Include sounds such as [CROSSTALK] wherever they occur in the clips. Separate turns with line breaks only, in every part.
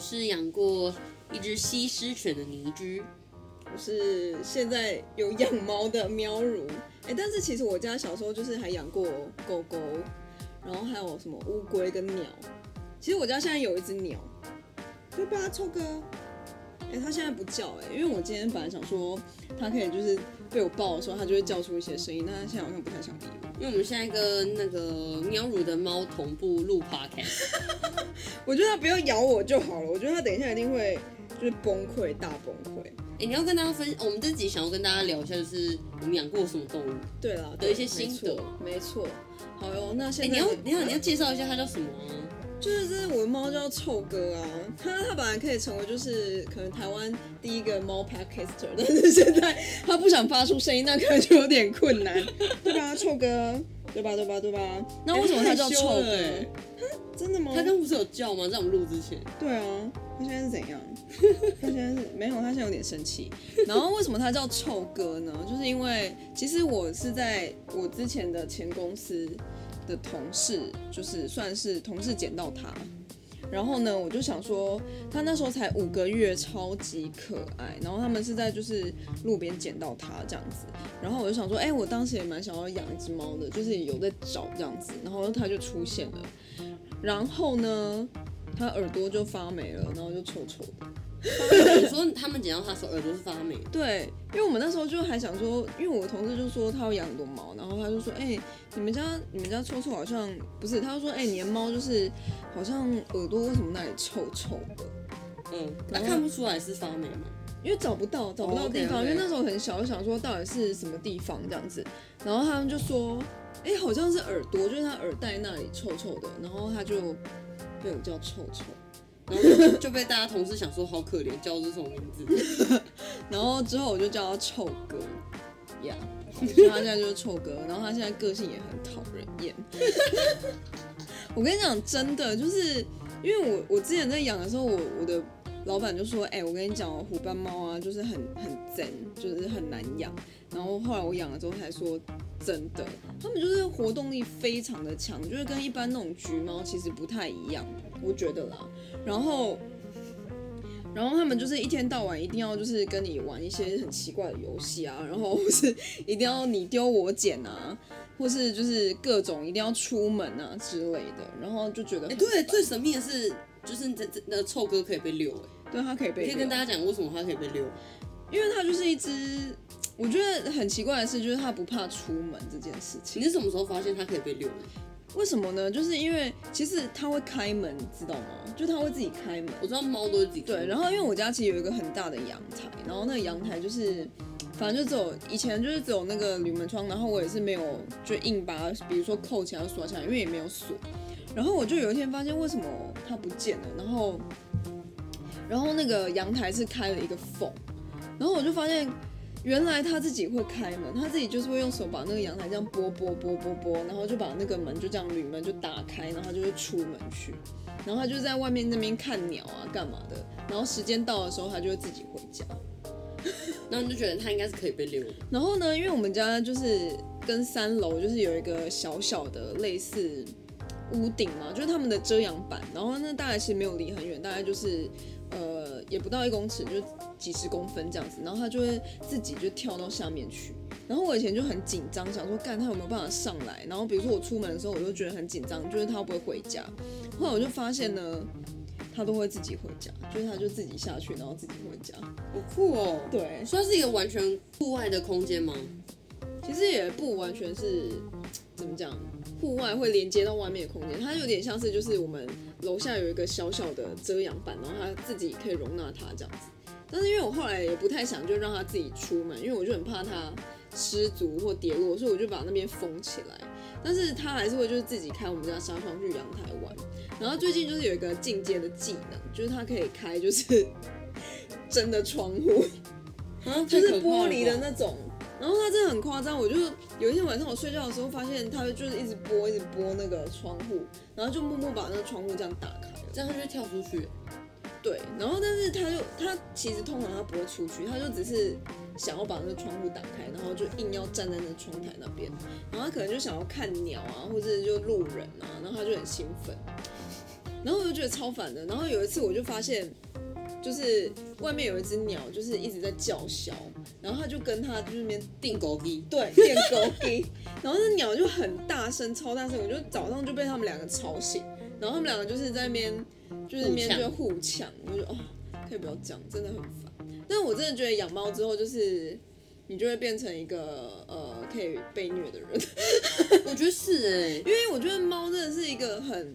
是养过一只西施犬的泥居，
我是现在有养猫的喵如，哎、但是其实我家小时候就是还养过狗狗，然后还有什么乌龟跟鸟。其实我家现在有一只鸟，就把它凑个，哎、它现在不叫哎、因为我今天本来想说它可以就是被我抱的时候，它就会叫出一些声音，但它现在好像不太想理我。
因为我们现在跟那个喵乳的猫同步录 podcast， [LAUGHS]
我觉得它不要咬我就好了，我觉得它等一下一定会就是崩溃大崩溃。
哎、你要跟大家分，我们这集想要跟大家聊一下，就是我们养过什么动物？
对啦，
有一些
对
心
没错
得
没错。好哟，那
哎、
现在
你要
怎么
你要你要介绍一下它叫什么啊、
就是这我的猫叫臭哥啊，它它本来可以成为就是可能台湾第一个猫 podcaster，但是现在它不想发出声音，那可能就有点困难，对吧？臭哥，啊对吧？对吧？对吧？那为什么它叫
欸
臭哥？
它很凶欸
真的吗？
[LAUGHS] 它刚不是有叫吗？在我们录之
[LAUGHS]
前，
对啊，它现在是怎样？它现在是没有，它现在有点生气。然后为什么它叫臭哥呢？就是因为其实我是在我之前的前公司的同事，就是算是同事捡到它。然后呢，我就想说，它那时候才五个月，超级可爱。然后他们是在就是路边捡到它这样子。然后我就想说，哎、我当时也蛮想要养一只猫的，就是有在找这样子。然后它就出现了。然后呢，它耳朵就发霉了，然后就臭臭的。
你说他们捡到它的时候耳朵是发霉的，
对，因为我们那时候就还想说，因为我同事就说他要养很多猫，然后他就说，哎、你们家你们家臭臭好像不是，他就说，哎、你的猫就是好像耳朵为什么那里臭臭的？
嗯，那、
然后
看不出来是发霉
[LAUGHS]
吗？
因为找不到，找不到地方
哦，OK，OK
因为那时候很小，就想说到底是什么地方这样子，然后他们就说，哎、好像是耳朵，就是他耳带那里臭臭的，然后他就被我叫臭臭，
然后就就被大家同事想说好可怜，叫这种名
[LAUGHS]
字。
然后之后我就叫他臭哥，呀、所以他现在就是臭哥，然后他现在个性也很讨人厌。 [LAUGHS] 我跟你讲，真的就是因为我我之前在养的时候，我我的老板就说，哎、我跟你讲哦，虎斑猫啊，就是很很真，就是很难养。然后后来我养了之后才说，真的，它们就是活动力非常的强，就是跟一般那种橘猫其实不太一样，我觉得啦。然后。然后他们就是一天到晚一定要就是跟你玩一些很奇怪的游戏啊，然后或是一定要你丢我捡啊，或是就是各种一定要出门啊之类的，然后就觉得
哎、
很
对，
烦
最神秘的是，就是这这那臭哥可以被遛、欸，
对，它可以
哎，
被
可以跟
遛
大家讲为什么它可以被遛？
因为它就是一只，我觉得很奇怪的是，就是它不怕出门这件事
你
情。
是什么时候发现它可以被遛的？
为什么呢？就是因为其实它会开门，知道吗？就它会自己开门。
我知道猫都是自己
对，然
后
后因为我家其实有一个很大的阳台，然后那个阳台就是，反正就只有以前就是只有那个铝门窗，然后我也是没有就硬把它，比如说扣起来或锁起来，因为也没有锁。然后我就有一天发现为什么它不见了，然后，然后那个阳台是开了一个缝，然后我就发现。原来它自己会开门，它自己就是会用手把那个阳台这样拨拨拨拨拨，然后就把那个门就这样铝门就打开，然后它就会出门去。然后他就在外面那边看鸟啊，干嘛的。然后时间到的时候，他就会自己回家。
然后你就觉得它应该是可以被遛的。
然后呢，因为我们家就是跟三楼就是有一个小小的类似屋顶嘛，就是他们的遮阳板。然后那大概其实没有离很远，大概就是呃也不到一公尺，就几十公分这样子。然后他就会自己就跳到下面去。然后我以前就很紧张，想说干他有没有办法上来。然后比如说我出门的时候，我就觉得很紧张，就是他会不会回家。后来我就发现呢，他都会自己回家，就是他就自己下去，然后自己回家。
好酷哦！
对，
算是一个完全户外的空间吗？
其实也不完全是怎么讲，户外会连接到外面的空间，它有点像是就是我们楼下有一个小小的遮阳板，然后它自己可以容纳它这样子。但是因为我后来也不太想就让它自己出门，因为我就很怕它失足或跌落，所以我就把那边封起来。但是它还是会就是自己开我们家纱窗去阳台玩。然后最近就是有一个进阶的技能，就是它可以开就是 [LAUGHS] 真的窗户。
啊，
就是
太可怕了吧
玻璃的。那种。然后它真的很夸张，我就有一天晚上我睡觉的时候，发现它就是一直拨，一直拨那个窗户，然后就默默把那个窗户这样打开了。
这样它就会跳出去。
对，然后但是它就它其实通常它不会出去，它就只是想要把那个窗户打开，然后就硬要站在那个窗台那边，然后它可能就想要看鸟啊，或者就路人啊，然后它就很兴奋。然后我就觉得超烦的。然后有一次我就发现，就是外面有一只鸟，就是一直在叫嚣，然后它就跟它就是那边
定狗逼， [LAUGHS]
对，练狗逼。然后那鸟就很大声，超大声，我就早上就被他们两个吵醒，然后他们两个就是在那边，就是那边
互
就
呛
互抢，我就哦，可以不要讲，真的很烦。但我真的觉得养猫之后，就是你就会变成一个呃可以被虐的人，
我觉得是哎、
因为我觉得猫真的是一个很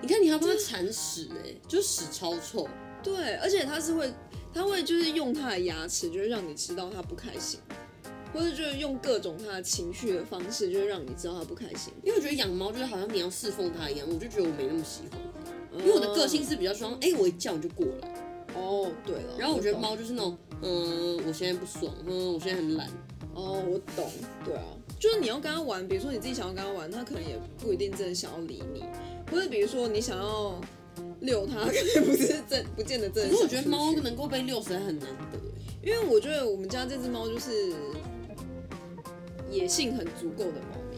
你看你还帮它铲屎哎、就屎超臭，
对，而且它是会，它会就是用它的牙齿，就是让你知道它不开心。或者就是用各种它的情绪的方式，就是让你知道它不开心。
因为我觉得养猫就是好像你要侍奉它一样，我就觉得我没那么喜欢。因为我的个性是比较喜欢，哎、我一叫你就过来。
哦，对了。
然后我觉得
懂
猫就是那种，嗯，我现在不爽，嗯，我现在很懒，
哦，我懂，对啊，就是你要跟他玩，比如说你自己想要跟他玩，他可能也不一定真的想要理你，或者比如说你想要遛 [LAUGHS] 他，可能不是真不见得真
可
的。
是我觉得猫，能够被遛死很难得欸。
因为我觉得我们家这只猫就是野性很足够的猫咪，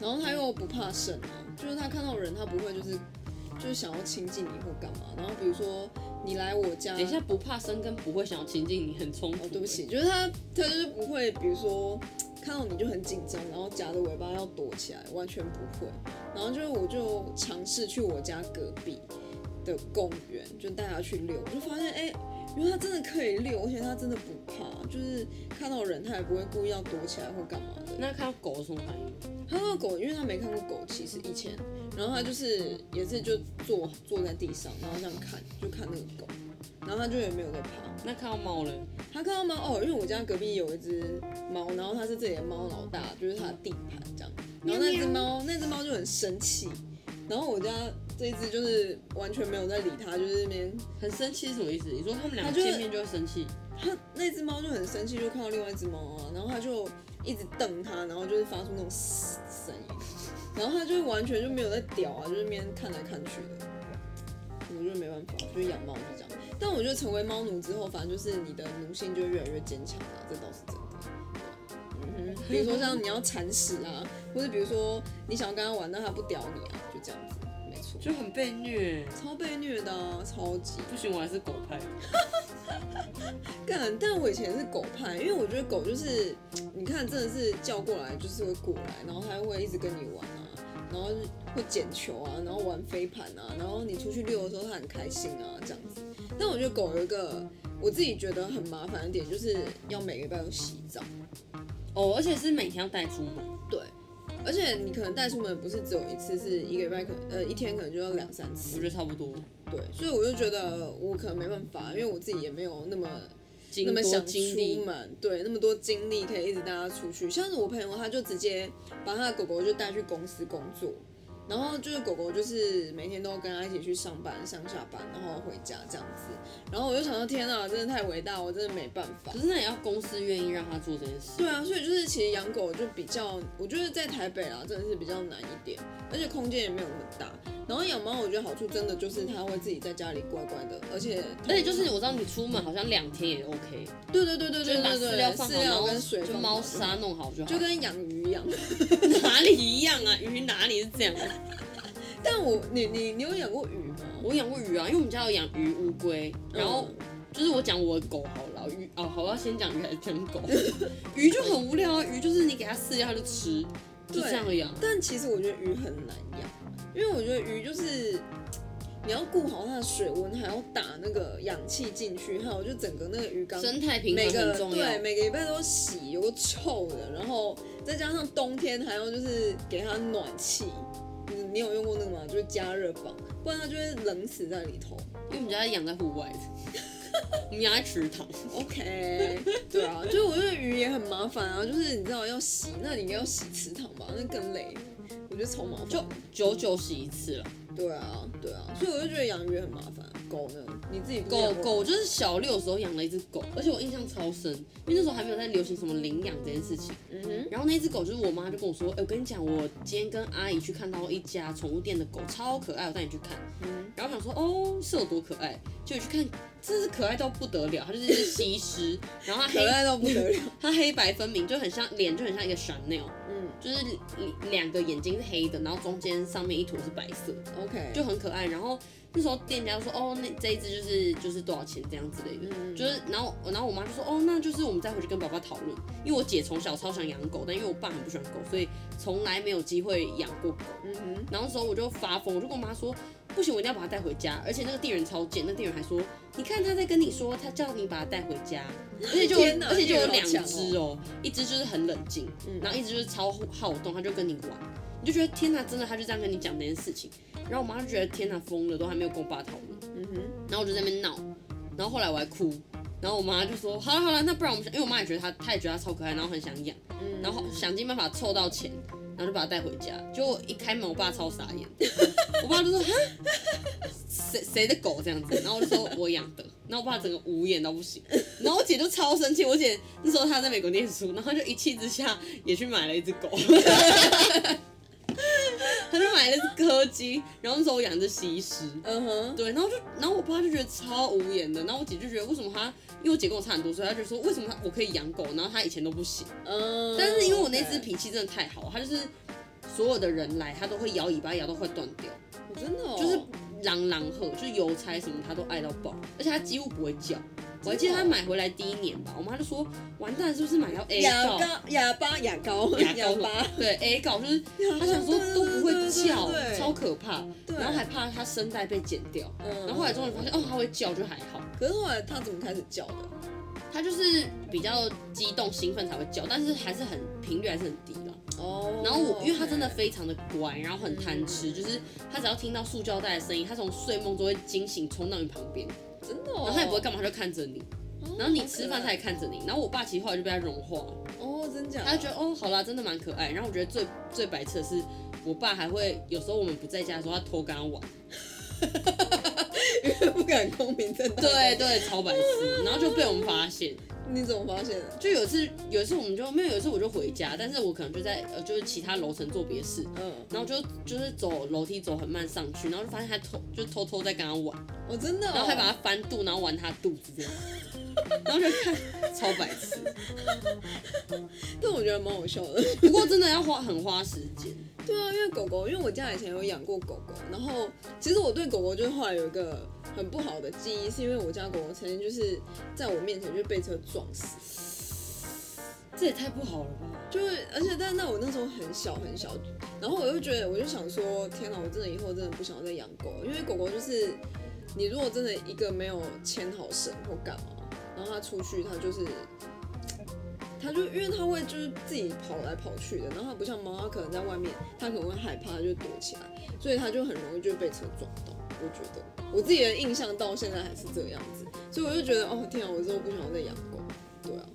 然后它又不怕生啊，就是它看到人它不会就是就是想要亲近你或干嘛，然后比如说你来我家，
等一下不怕生跟不会想要亲近你很冲突、欸
哦，对不起，，就是它它就是不会，比如说看到你就很紧张，然后夹着尾巴要躲起来，完全不会。然后就是我就尝试去我家隔壁的公园，就带它去遛，我就发现哎、原来它真的可以遛，而且它真的不怕，就是看到人它也不会故意要躲起来或干嘛的。
那看到狗有什么反应？
它那个狗，因为它没看过狗，其实以前，然后它就是也是就坐坐在地上，然后这样看，就看那个狗，然后它就也没有在怕。
那看到猫嘞？
他看到猫哦，因为我家隔壁有一只猫，然后它是这里的猫老大，就是它的地盘这样。然后那只猫，那只猫就很生气，然后我家这一只就是完全没有在理它，就是那边
很生气是什么意思？你说他们两
它
个
就是
见面就会生气？
它 [LAUGHS] 那只猫就很生气，就看到另外一只猫啊，然后它就一直瞪它，然后就是发出那种嘶声音，然后它就完全就没有在屌啊，就是那边看来看去的。我就没办法，就是养猫就这样。但我觉得成为猫奴之后，反正就是你的奴性就越来越坚强了，这倒是真的。嗯哼，比如说像你要铲屎啊，或者比如说你想要跟它玩，但它不屌你啊，就这样子，没错，
就很被虐。
超被虐的、啊，超级。
不行，我还是狗派。
干，但我以前是狗派，因为我觉得狗就是，你看真的是叫过来就是会过来，然后它会一直跟你玩啊，然后会捡球啊，然后玩飞盘啊，然后你出去遛的时候它很开心啊，这样子。但我觉得狗有一个我自己觉得很麻烦的点，就是要每个礼拜都洗澡。
哦，而且是每天要带出门。
对，而且你可能带出门不是只有一次，是一个礼拜可能呃一天可能就要两三
我
次
觉。得差不多。
对，所以我就觉得我可能没办法，因为我自己也没有那么
经
那么
多
想
经
出
历，
门，对，那么多精力可以一直带他出去。像是我朋友，他就直接把他的狗狗就带去公司工作，然后就是狗狗就是每天都跟他一起去上班、上下班，然后回家这样子。然后我就想说，天啊，真的太伟大，我真的没办法
可。是那也要公司愿意让他做这件事。
对啊，所以就是其实养狗就比较，我觉得在台北啊，真的是比较难一点，而且空间也没有那么大。然后养猫，我觉得好处真的就是它会自己在家里乖乖的，而且
而且就是我知道你出门好像两天也 OK，
对对对对
就
对
是把
对对，
饲料放好，
饲
然
料
后
跟水
就
放
猫
好
砂弄好就好。
就跟养鱼一样。 [LAUGHS]
[LAUGHS] 哪里一样啊？鱼哪里是这样？
但我你你你有养过鱼吗？
我养过鱼啊，因为我们家有养鱼、乌龟，
嗯
然后就是我讲我的狗好了，鱼哦，好，我要先讲鱼还是讲狗？鱼就很无聊啊，鱼就是你给它饲料它就吃，就
对
这样而已啊。
但其实我觉得鱼很难养，因为我觉得鱼就是你要顾好它的水温，还要打那个氧气进去，还有就整个那个鱼缸。
生态平
每
衡
个
很重要
对。每个礼拜都洗，有个臭的，然后再加上冬天还要就是给它暖气，你你有用过那个吗？就是加热棒，不然它就会冷死在里头。
因为我们家养在户外，我们养在池塘。
OK，对啊，就是我觉得鱼也很麻烦啊，就是你知道要洗，那你应该要洗池塘吧，那更累，我觉得超麻烦。
就久久洗一次了。
对啊，对啊，所以我就觉得养鱼很麻烦。狗呢？你自己不是
狗
养过
狗，我就是小六的时候养了一只狗，而且我印象超深，因为那时候还没有在流行什么领养这件事情。
嗯哼，
然后那只狗就是我妈就跟我说，哎、我跟你讲，我今天跟阿姨去看到一家宠物店的狗，超可爱，我带你去看。
嗯
然后想说，哦，是有多可爱？就去看，真是可爱到不得了，它就是一只西施，然后它
[LAUGHS] 可
黑
爱到不得了。
它黑白分明，就很像脸就很像一个 Chanel，
嗯，
就是两两个眼睛是黑的，然后中间上面一坨是白色，
OK，
[LAUGHS] 就很可爱。然后那时候店家说，哦，那这一只就是就是多少钱这样之类的。
嗯
就是，然后，然后我妈就说，哦，那就是我们再回去跟爸爸讨论，因为我姐从小超想养狗，但因为我爸很不喜欢狗，所以从来没有机会养过狗。
嗯哼，
然后那时候我就发疯，我就跟我妈说，不行，我一定要把它带回家。而且那个店员超贱，那店员还说，你看他在跟你说，他叫你把它带回
[LAUGHS]
家，而且就
天
有
哪
而且就有
店
两
员好强
只哦，一只就是很冷静，
嗯
然后一只就是超好动，他就跟你玩，你就觉得天哪，真的他就这样跟你讲这件事情。然后我妈就觉得天哪，疯了，都还没有跟我爸讨论。
嗯哼，
然后我就在那边闹，然后后来我还哭，然后我妈就说好了好了，那不然我们想，因为我妈也觉得她，她也觉得她超可爱，然后很想养，
嗯
然后想尽办法凑到钱，然后就把她带回家。结果一开门，我爸超傻眼，我爸就说哈，谁谁的狗这样子？然后我就说我养的，然后我爸整个无言到不行，然后我姐就超生气，我姐那时候她在美国念书，然后她就一气之下也去买了一只狗。 [LAUGHS] 她就买了一只柯基，然后那时候我养只西施，
嗯哼，
对，然后就，然后我爸就觉得超无言的，然后我姐就觉得为什么他，因为我姐跟我差很多岁，她就说为什么他我可以养狗，然后他以前都不行，
嗯，
但是因为我那只脾气真的太好，他就是所有的人来，他都会摇尾巴摇到快断掉，
我真的哦
就是狼狼喝，就是邮差什么他都爱到爆，而且他几乎不会叫。我还记得他
哦
买回来第一年吧，我妈就说完蛋是不是买到 A
牙
告
膏、牙膏、哎牙膏、
牙膏
巴，
对 A 告就是
牙膏
她想说都不会叫
对对对对，对
超可怕，
对
然后还怕它声带被剪掉，
嗯
然后后来终于发现哦它会叫就还好。
可是后来他怎么开始叫的？
他就是比较激动兴奋才会叫，但是还是很频率还是很低啦。
哦
然后我因为他真的非常的乖，然后很贪吃，就是他只要听到塑胶袋的声音，他从睡梦中会惊醒，冲到你旁边，
真的哦，
然后他也不会干嘛，他就看着你，
哦，
然后你吃饭他也
才
看着你，然后我爸其实后来就被他融化了，
哦，真假的？
他就觉得 [LAUGHS] 哦好啦，真的蛮可爱。然后我觉得最最白痴的是，我爸还会有时候我们不在家的时候，他偷跟他 [LAUGHS] 玩，
因为 [LAUGHS] 不敢公平正大，
对，对，超白痴，然后就被我们发现。
你怎么发现的？
就有一次，有一次我们就没有，有一次我就回家，但是我可能就在呃，就是其他楼层做别的事，
嗯，
然后就就是走楼梯走很慢上去，然后就发现他偷就偷偷在跟他玩，
我真的哦，
然后还把他翻肚，然后玩他肚子这样，然后就看超白痴。
但我觉得蛮好笑 [LAUGHS] 的。
不过真的要花很花时间，
对啊，因为狗狗，因为我家以前有养过狗狗，然后其实我对狗狗就是后来有一个很不好的记忆，是因为我家狗狗曾经就是在我面前就被车撞死，
这也太不好了吧？
就是而且但是那我那时候很小很小，然后我就觉得我就想说，天哪，我真的以后真的不想再养狗，因为狗狗就是你如果真的一个没有牵好绳或干嘛，然后它出去它就是。它就因为它会就是自己跑来跑去的，然后它不像猫，它可能在外面，它可能会害怕，它就躲起来，所以它就很容易就被车撞到。我觉得我自己的印象到现在还是这样子，所以我就觉得哦天啊，我之后不想要再养狗。对啊，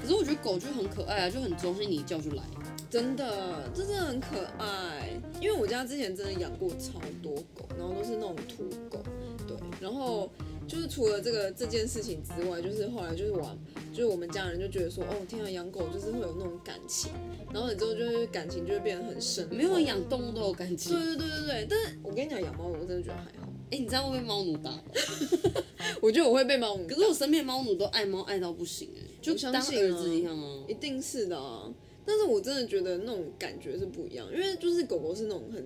可是我觉得狗就很可爱啊，就很忠心，你一叫就来。
真的，这真的很可爱。因为我家之前真的养过超多狗，然后都是那种土狗，对。然后就是除了这个这件事情之外，就是后来就是我，就是我们家人就觉得说，哦，天啊，养狗就是会有那种感情，然后你之后就是感情就会变得很深。
没有。养动物都有感情，
对
哎、
对对对对，但是我跟你讲，养猫我真的觉得还好，
你这样会被猫奴打吧？
我觉得我会被猫奴打。
可是我身边的猫奴都爱猫爱到不行、哎，就
我相
当
信
儿
啊
子一样啊。
一定是的啊。但是我真的觉得那种感觉是不一样，因为就是狗狗是那种很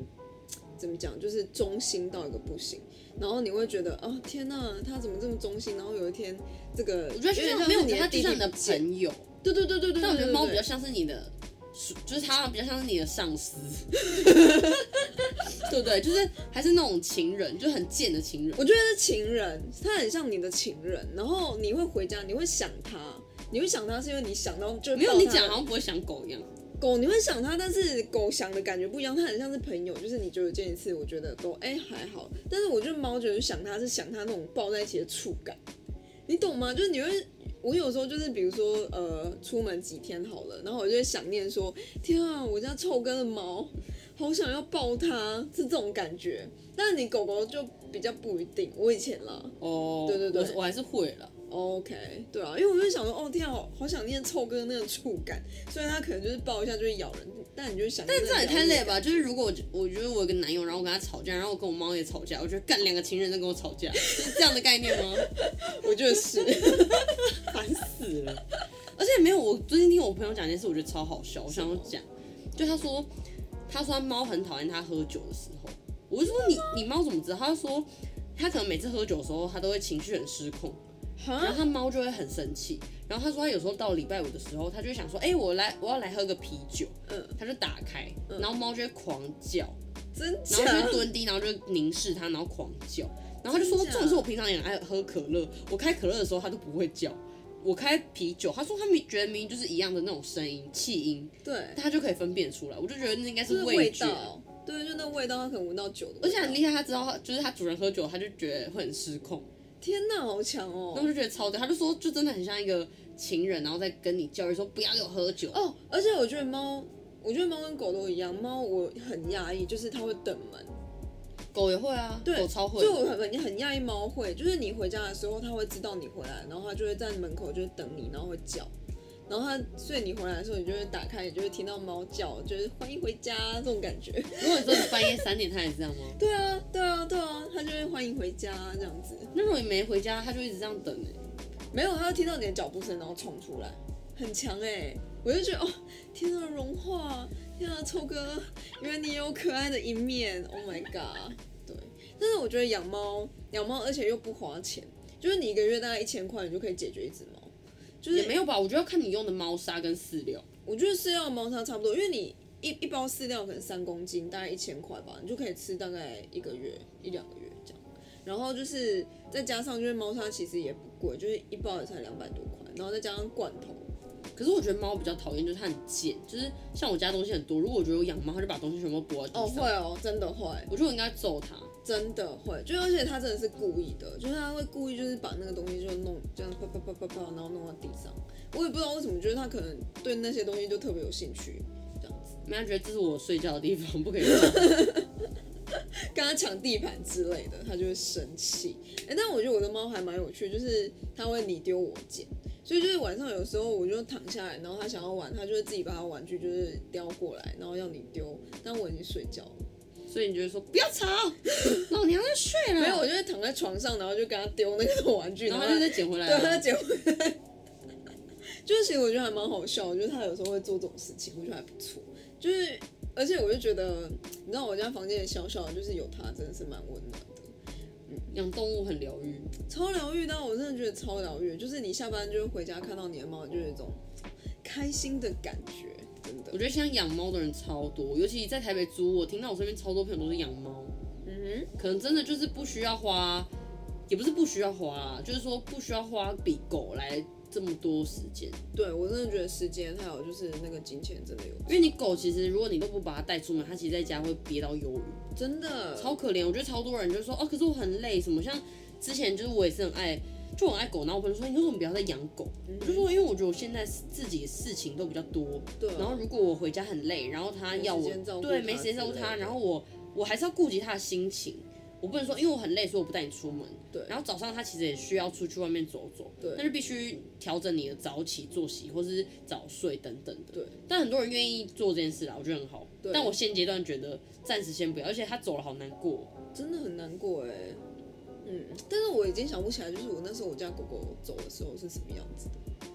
怎么讲，就是忠心到一个不行，然后你会觉得哦天呐、它怎么这么忠心？然后有一天这个
我觉得就
有
像
点
没有
是你
它，就
弟弟
像你的
不见
朋友。
对对对对对。
但我觉得猫比
对
较
对
像是你的属，就是它比较像是你的上
[LAUGHS]
司，对不对？就是还是那种情人，就很贱的情人。
我觉得是情人，它很像你的情人，然后你会回家，你会想它，你会想它是因为你想到就
没有
到
你
它
讲啊好像不会想狗一样，
狗你会想它，但是狗想的感觉不一样，它很像是朋友，就是你久久见一次，我觉得都哎、还好。但是我觉得猫觉得想它是想它那种抱在一起的触感，你懂吗？就是你会，我有时候就是比如说呃出门几天好了，然后我就会想念说，天啊，我家臭根的猫，好想要抱它，是这种感觉。但是你狗狗就比较不一定，我以前啦
哦，
对对对
我是我还是会了。
，OK，对啊，因为我就想说，哦天啊，好好想念臭哥那个触感，虽然它可能就是抱一下就会咬人，但你就想，但
但这样也太累了？吧？
嗯
就是如果我我觉得我有个男友，然后我跟他吵架，然后我跟我猫也吵架，我觉得干两个情人在跟我吵架，是这样的概念吗？
[LAUGHS] 我觉
[LAUGHS]
得是，
烦死了。而且没有，我最近听我朋友讲一件事，我觉得超好笑，我想要讲，就他说，他说他猫很讨厌他喝酒的时候，我就说你你猫怎么知道？他就说他可能每次喝酒的时候，他都会情绪很失控，然后
哈，
他猫就会很生气。然后他说他有时候到礼拜五的时候，他就会想说，哎、我来我要来喝个啤酒，
嗯，
他就打开，然后猫就会狂叫，
真假
然？后就会蹲低，然后就凝视他，然后狂叫。然后他就说，
真假
这种是我平常也很爱喝可乐，我开可乐的时候他都不会叫，我开啤酒，他说他明觉得明明就是一样的那种声音气音，
对，
他就可以分辨出来。我就觉得那应该
就是
味
味
觉，
道，对，就那味道，他可能闻到酒的味道。
而且很厉害，他知道他就是他主人喝酒，他就觉得会很失控，
天哪，好强
然后我
哦！
就觉得超屌。他就说，就真的很像一个情人，然后再跟你教育说不要有喝酒。
哦，而且我觉得猫，我觉得猫跟狗都一样，猫我很压抑，就是它会等门。
狗也会啊，
对
狗超会
就。我很很很讶异猫会，就是你回家的时候，它会知道你回来，然后它就会在门口就是等你，然后会叫，然后它所以你回来的时候，你就会打开，你就会听到猫叫，就是欢迎回家这种感觉。 [LAUGHS]
如果你真的半夜三点，他也是这样吗？
对啊，对啊，对啊，它就会欢迎回家这样子。
那如果你没回家，他就一直这样等欸
没有，它会听到你的脚步声，然后冲出来，很强哎、我就觉得哦，天啊，融化，天啊，臭哥，原来你有可爱的一面，Oh my god，对。但是我觉得养猫，养猫而且又不花钱，就是你一个月大概一千块，你就可以解决一只猫。就是
也没有吧？我觉得要看你用的猫砂跟饲料。
我觉得饲料的猫砂差不多，因为你一一包饲料可能三公斤，大概一千块吧，你就可以吃大概一个月一两个月这样。然后就是再加上就是猫砂其实也不贵，就是一包也才两百多块，然后再加上罐头，
可是我觉得猫比较讨厌，就是它很贱，就是像我家东西很多，如果我觉得我养猫，它就把东西全部拨到
哦
地
会
上。
哦，真的会，
我觉得我应该揍它。
真的会，就而且他真的是故意的，就是他会故意就是把那个东西就弄这样啪啪啪啪啪，然后弄到地上。我也不知道为什么，就是他可能对那些东西就特别有兴趣，这样子
人家觉得这是我睡觉的地方，不可以动。
跟他抢地盘之类的，他就会生气。哎、但我觉得我的猫还蛮有趣，就是它会你丢我捡，所以就是晚上有时候我就躺下来，然后它想要玩，它就会自己把它玩具就是叼过来，然后要你丢，但我已经睡觉了。
所以你就会说不要吵，老娘在睡了。
没有，我就会躺在床上，然后就跟它丢那个玩具，
然后
它
它就再捡回来啊
对他
了。
结婚，就是其实我觉得还蛮好笑，我觉得他有时候会做这种事情，我觉得还不错。就是而且我就觉得，你知道我家房间也小小的，就是有他真的是蛮温暖的，
养动物很疗愈，
超疗愈。但我真的觉得超疗愈，就是你下班就会回家看到你的猫，就有一种开心的感觉，真
我
的。
觉得像养猫的人超多，尤其在台北租屋，我听到我身边超多朋友都是养猫，
嗯
可能真的就是不需要花，也不是不需要花，就是说不需要花比狗来这么多时间。
哼，对我真的觉得时间还有就是那个金钱真的有，
因为你狗其实，如果你都不把它带出门，它其实在家会憋到忧郁，
真的
超可怜。我觉得超多人就说，哦，可是我很累，什么像之前就是我也是很爱，就很爱狗，然后我朋友说，你为什么不要再养狗？我就说，因为我觉得我现在自己事情都比较多，
对啊，
然后如果我回家很累，然后它要
没
我
时间照顾
对
它
没时间照顾
之类
它，
的
然后我我还是要顾及它的心情。我不能说，因为我很累，所以我不带你出门。
对
然后早上它其实也需要出去外面走走，
对
但是必须调整你的早起作息，或是早睡等等的。
对。
但很多人愿意做这件事啦，我觉得很好。
对
但我现阶段觉得暂时先不要，而且他走了好难过。
真的很难过哎、嗯，但是我已经想不起来，就是我那时候我家狗狗走的时候是什么样子的，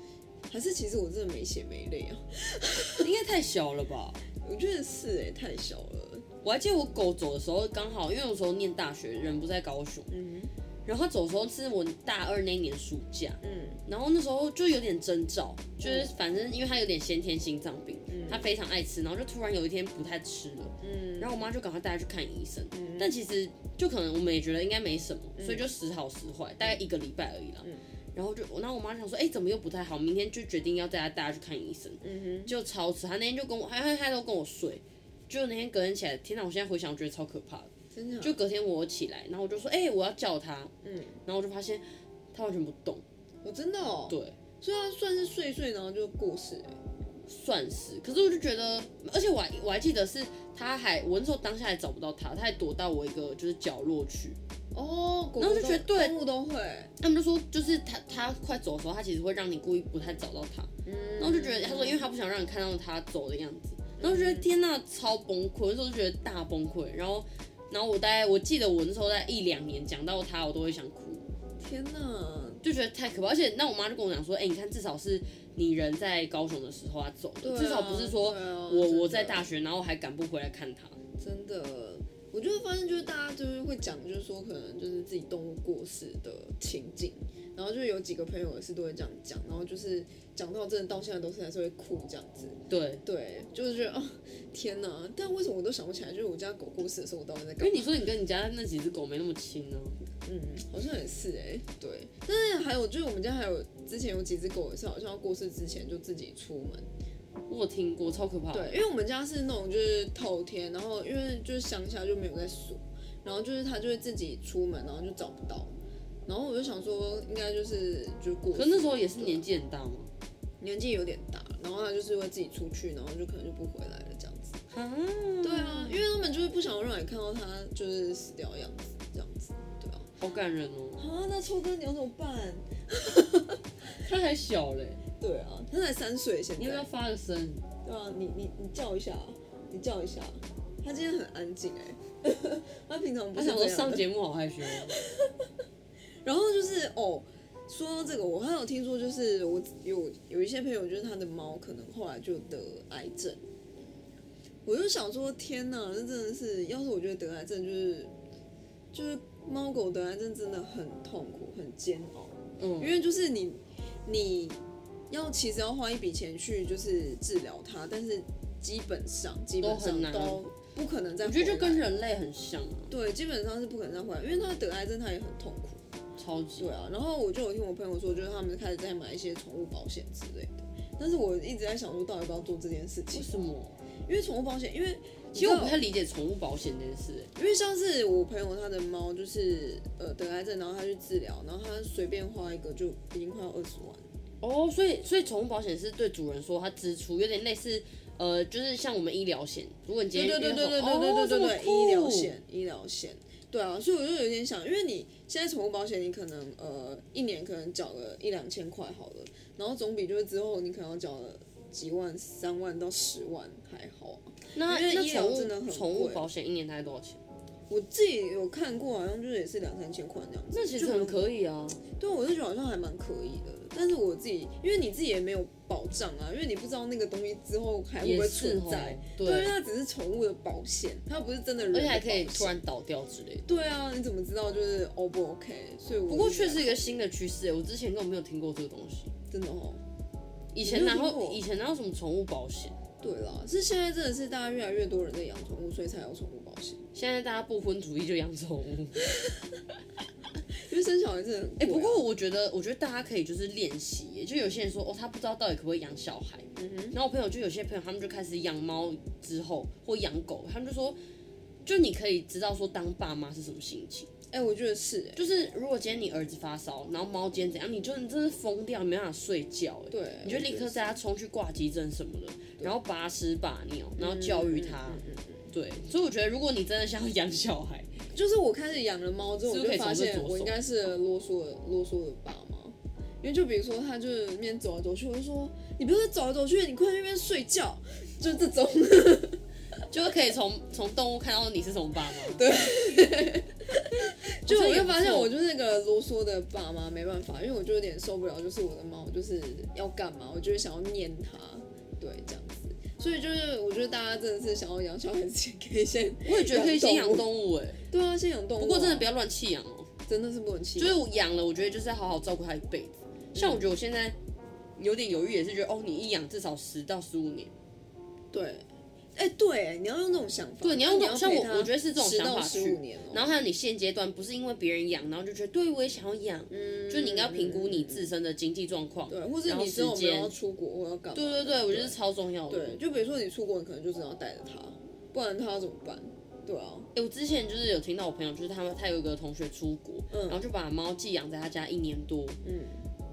还是其实我真的没血没泪啊？
哦
[LAUGHS]
应该太小了吧？
我觉得是哎、太小了。
我还记得我狗走的时候，刚好因为有时候念大学，人不在高雄，
嗯
然后它走的时候是我大二那一年暑假，
嗯
然后那时候就有点征兆，就是反正因为它有点先天心脏病，它非常爱吃，然后就突然有一天不太吃了，
嗯，
然后我妈就赶快带它去看医生，
嗯
但其实就可能我们也觉得应该没什么，所以就时好时坏，大概一个礼拜而已啦。
嗯
然后就，然后我妈想说，哎、怎么又不太好？明天就决定要带她带她去看医生，
嗯哼，
就超迟。她那天就跟我，她她她都跟我睡，就那天隔天起来，天哪！我现在回想，我觉得超可怕的。
真的啊
就隔天我起来，然后我就说，哎、我要叫她，
嗯，
然后我就发现她完全不动，
我真的哦、
对，
所以它算是睡一睡，然后就过世哎、
算是。可是我就觉得，而且我还我还记得是她还，我那时候当下还找不到她，她还躲到我一个就是角落去，
哦，狗狗
然后就
都
觉得对
动物都会，
他们就说，就是他他快走的时候，他其实会让你故意不太找到他，
嗯
然后就觉得他说，因为他不想让你看到他走的样子，然后就觉得天呐，超崩溃，那时候就觉得大崩溃，然后然后我大概我记得我那时候在一两年讲到他，我都会想哭，
天哪，
就觉得太可怕，而且那我妈就跟我讲说，哎、你看至少是你人在高雄的时候他走了，
对啊
至少不是说
对啊
我我
真的
在大学，然后还赶不回来看他。
真的，我就会发现，就是大家就是会讲，就是说可能就是自己动物过世的情景，然后就有几个朋友也是都会这样讲，然后就是讲到真的到现在都是还是会哭这样子，
对，
对，就是觉得啊天哪！但为什么我都想不起来，就是我家狗过世的时候我到底在
因
干
为
嘛？
你说你跟你家那几只狗没那么亲啊呢、
嗯，好像也是哎、对。但是还有就是我们家还有之前有几只狗也是好像要过世之前就自己出门，
我有听过，超可怕。
对，因为我们家是那种就是透天，然后因为就是乡下就没有在锁，然后就是他就会自己出门，然后就找不到，然后我就想说应该就是就过世，
可那时候也是年纪很大嘛。
年纪有点大，然后他就是会自己出去，然后就可能就不回来了这样子。
啊，
对啊，因为他们就是不想让你看到他就是死掉的样子，这样子，对啊。
好感人哦。
啊，那臭哥你要怎么办？
他还小嘞，
对啊，他才三岁现在。
你要不要发个声？
对啊，你你你叫一下，啊你叫一下。啊他今天很安静哎、他平常不
他
是
想
这
说
样的
上节目好害羞哦。 [LAUGHS]
然后就是哦，说到这个，我还有听说，就是我有有一些朋友，就是他的猫可能后来就得癌症。我就想说，天哪，这真的是，要是我觉得得癌症，就是就是猫狗得癌症真的很痛苦，很煎熬，因
嗯，
为就是你你要其实要花一笔钱去就是治疗它，但是基本上基本
都很
上
难
都不可能再
我
回
觉
来，
得就跟人类很像啊，
对，基本上是不可能再回来，因为它得癌症它也很痛苦。
超级
对。啊，然后我就有听我朋友说，就是他们开始在买一些宠物保险之类的。但是我一直在想说，到底要不要做这件事
为
情？
什么？
因为宠物保险，因为
其实我不
你知
太
道
理解宠物保险这件事、欸。
因为像是我朋友他的猫就是呃得癌症，然后他去治疗，然后他随便花一个就已经快要二十万。
哦，所以所以宠物保险是对主人说他支出，有点类似，呃，就是像我们医疗险，如果你今
对
天
对对对对
遇到
对对对
哦
对，
这么
医
酷
疗险，医疗险。对啊，所以我就有点想，因为你现在宠物保险，你可能呃一年可能缴个一两千块好了，然后总比就是之后你可能要缴了几万、三万到十万还好啊。
那
因为
那
医疗
宠
真的
物
很
宠物
贵
保险一年大概多少钱？
我自己有看过，好像就是也是两三千块那样子。
那其实很
以。
可以啊。
对，我就觉得好像还蛮可以的。但是我自己，因为你自己也没有保障啊，因为你不知道那个东西之后还会不
也
会
是
存
哦
在。，
对，
因为它只是宠物的保险，它不是真的人
而
的
且还可以
保险
突然倒掉之类的。
对啊，你怎么知道就是 O 不 OK？所以我
不过
就觉
确
得
实一个新的趋势欸，我之前根本没有听过这个东西。
真的哦。
以前哪
没有听
有
过
以前哪有什么宠物保险？
对啦，是现在真的是大家越来越多人在养宠物，所以才有宠物保险。
现在大家不婚主义就养宠物。
因为生小孩真的很
哎、
贵啊
不过我觉得，我觉得大家可以就是练习耶，就有些人说哦，他不知道到底可不可以养小孩。然后我朋友就有些朋友，他们就开始养猫之后或养狗，他们就说，就你可以知道说当爸妈是什么心情。
哎、我觉得是哎、
就是如果今天你儿子发烧，然后猫今天怎样，你就你真的疯掉，没办法睡觉哎。
对，
你就立刻
我觉得是
带他冲去挂急诊什么的，然后把屎把尿，然后教育他。对，所以我觉得如果你真的想要养小孩，
就是我开始养了猫之后，
是
我
不是可以
就发
从这
现
着手
我应该是啰嗦的啰嗦的爸妈。因为就比如说，他就是那边走来走去，我就说你不要再走来走去，你快去那边睡觉，就这种。
就是可以从从动物看到你是什么爸妈。
就我就发现
哦好像也不错
我就是那个啰嗦的爸妈，没办法，因为我就有点受不了，就是我的猫就是要干嘛，我就是想要念它，对，这样子。所以就是我觉得大家真的是想要养小孩之前，可以先
我也觉得可以先养动物哎、
[LAUGHS] 对啊，先养动物啊、
不过真的不
要
要乱弃养哦。
真的是不能弃
就
养，
是我养了，我觉得就是要好好照顾它一辈子。像我觉得我现在有点犹豫，也是觉得哦，你一养至少十到十五年。哦
对。哎、对，你要用这种想法。
对你要用这种像我我觉得是这种
十
想
到
法
十
去
五年哦、
然后还有你现阶段不是因为别人养，然后就觉得对我也想要养，
嗯
就你应该要评估你自身的经济状况。
对，或是
然后
你之后
时
没
间
有要出国或要干嘛？
对对对，我觉得是超重要的。
对，就比如说你出国，你可能就只能要带着它，不然它要怎么办？对啊，
欸我之前就是有听到我朋友，就是他们他有一个同学出国，然后就把猫寄养在他家一年多，
嗯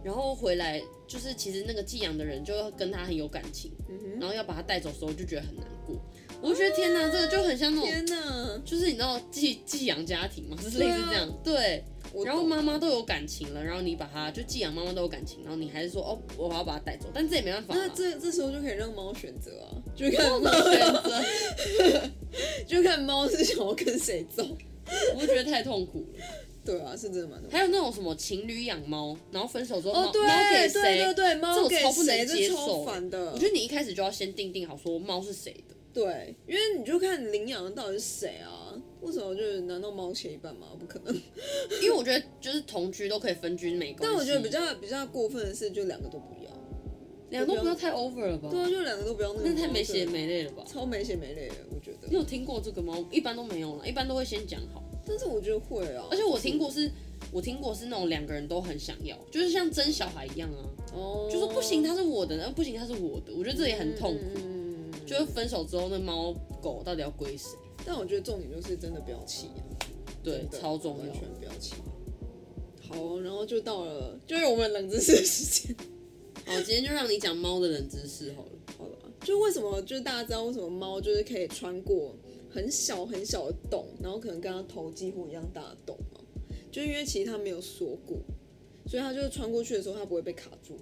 然后回来就是其实那个寄养的人就跟他很有感情，
嗯哼。啊
然后要把它带走的时候就觉得很难过，我就觉得天哪，这个就很像那种。
天哪，
就是你知道寄寄养家庭嘛，就是类似这样，对。
我
然后
懂
妈妈都有感情了，然后你把它就寄养妈妈都有感情，然后你还是说哦，我要把它带走，但这也没办法、
那
啊，
这这时候就可以让猫选择啊，就看猫，
选择，
就看猫是想要跟谁走。
我觉得太痛苦了。
对啊，是真的蛮多。
还有那种什么情侣养猫，然后分手之后猫
哦，
猫
对
给谁？
对对对，猫
我
给
超不
谁？
能接受
这超烦的
我觉。得你一开始就要先定定好说猫是谁的。
对，因为你就看领养的到底是谁啊？为什么就是难道猫切一半吗？不可能。
因为我觉得就是同居都可以分居，没关系。
但我觉得比较比较过分的是，就两个都不要。
两都不要太 over 了吧？
对啊，啊就两个都不要那个。
那太没血，没泪了吧？
超没血没泪的，我觉
你
得。
有听过这个吗？一般都没有了，一般都会先讲好。
但是我觉得会啊，
而且我听过是，我听过是那种两个人都很想要，就是像争小孩一样啊，
哦，
就说不行，它是我的，然后不行，它是我的。我觉得这也很痛苦。
嗯嗯嗯嗯
就是分手之后，那猫狗到底要归谁？
但我觉得重点就是真的不要啊弃养，
对
真，的
超重要
完。全不要弃养。好，然后就到了，就是我们冷知识的时间。
好，今天就让你讲猫的冷知识好了。
好了，就为什么就是大家知道为什么猫就是可以穿过很小很小的洞，然后可能跟它头几乎一样大的洞吗？就是因为其实它没有锁骨，所以它就是穿过去的时候它不会被卡住。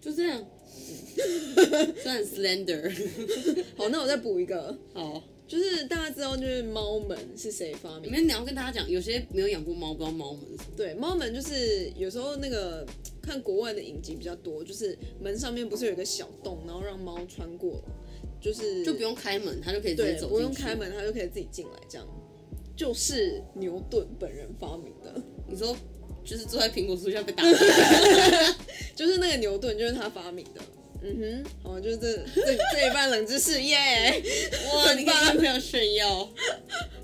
就这样，虽然 slender。 [LAUGHS]
好，那我再补一个，
好，
就是大家知道就是猫门是谁发
里
明的？
面你要跟大家讲，有些没有养过猫，不知道猫们是什么。
对，猫门就是有时候那个看国外的影集比较多，就是门上面不是有一个小洞，然后让猫穿过，就是
就不用开门，它就可以直接
对
走
不用
进去
开。门，它就可以自己进来，这样就是牛顿本人发明的。 [LAUGHS]
你说就是坐在苹果树下被打的，
就是那个牛顿，就是他发明的。嗯哼，好，就是这这这一半冷知识，耶、 [LAUGHS]
哇！你跟男朋友炫耀，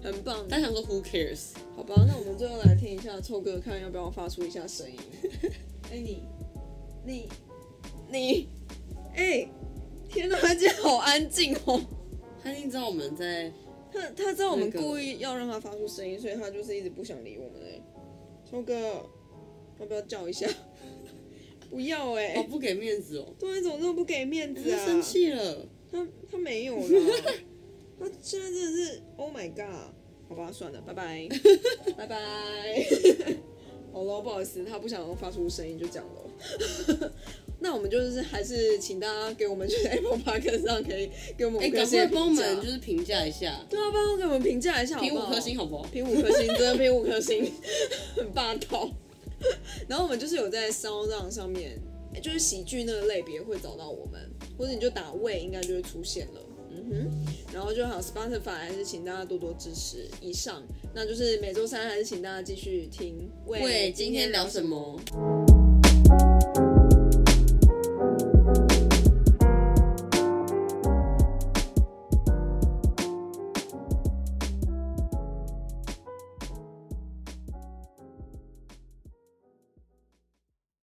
很棒。
他想说 Who cares？
好吧，那我们最后来听一下臭哥，看要不要发出一下声音。 [LAUGHS] 哎、你，你，你，哎、天哪，他今天好安静哦。 [LAUGHS]
他一定知道我们在，
他他知道我们
那个
故意要让他发出声音，所以他就是一直不想理我们哎、臭哥，要不要叫一下？ [LAUGHS] 不要哎、
哦，不给面子哦，
对，怎么那么不给面
他
子啊？
生气了。
他他没
[LAUGHS]
有啦，他现在真的是 Oh my God，好吧，算了，
[LAUGHS]
拜拜，拜拜。好了，不好意思，他不想发出声音，就这样咯。 [LAUGHS] 那我们就是还是请大家给我们就是 Apple Park 上可以给我们
哎，
五颗
赶
星的
快
评价
帮我们就是评价一下，
对啊，帮我给我们评价一下好
评
不
五
好，
颗星好不好？
评五颗星，真的评五颗星， [LAUGHS] 很霸道。然后我们就是有在骚浪上面，诶就是喜剧那个类别会找到我们，或者你就打位，应该就会出现了。嗯哼，然后就还有 Spotify，还是请大家多多支持。以上，那就是每周三还是请大家继续听。
喂，今天聊什么？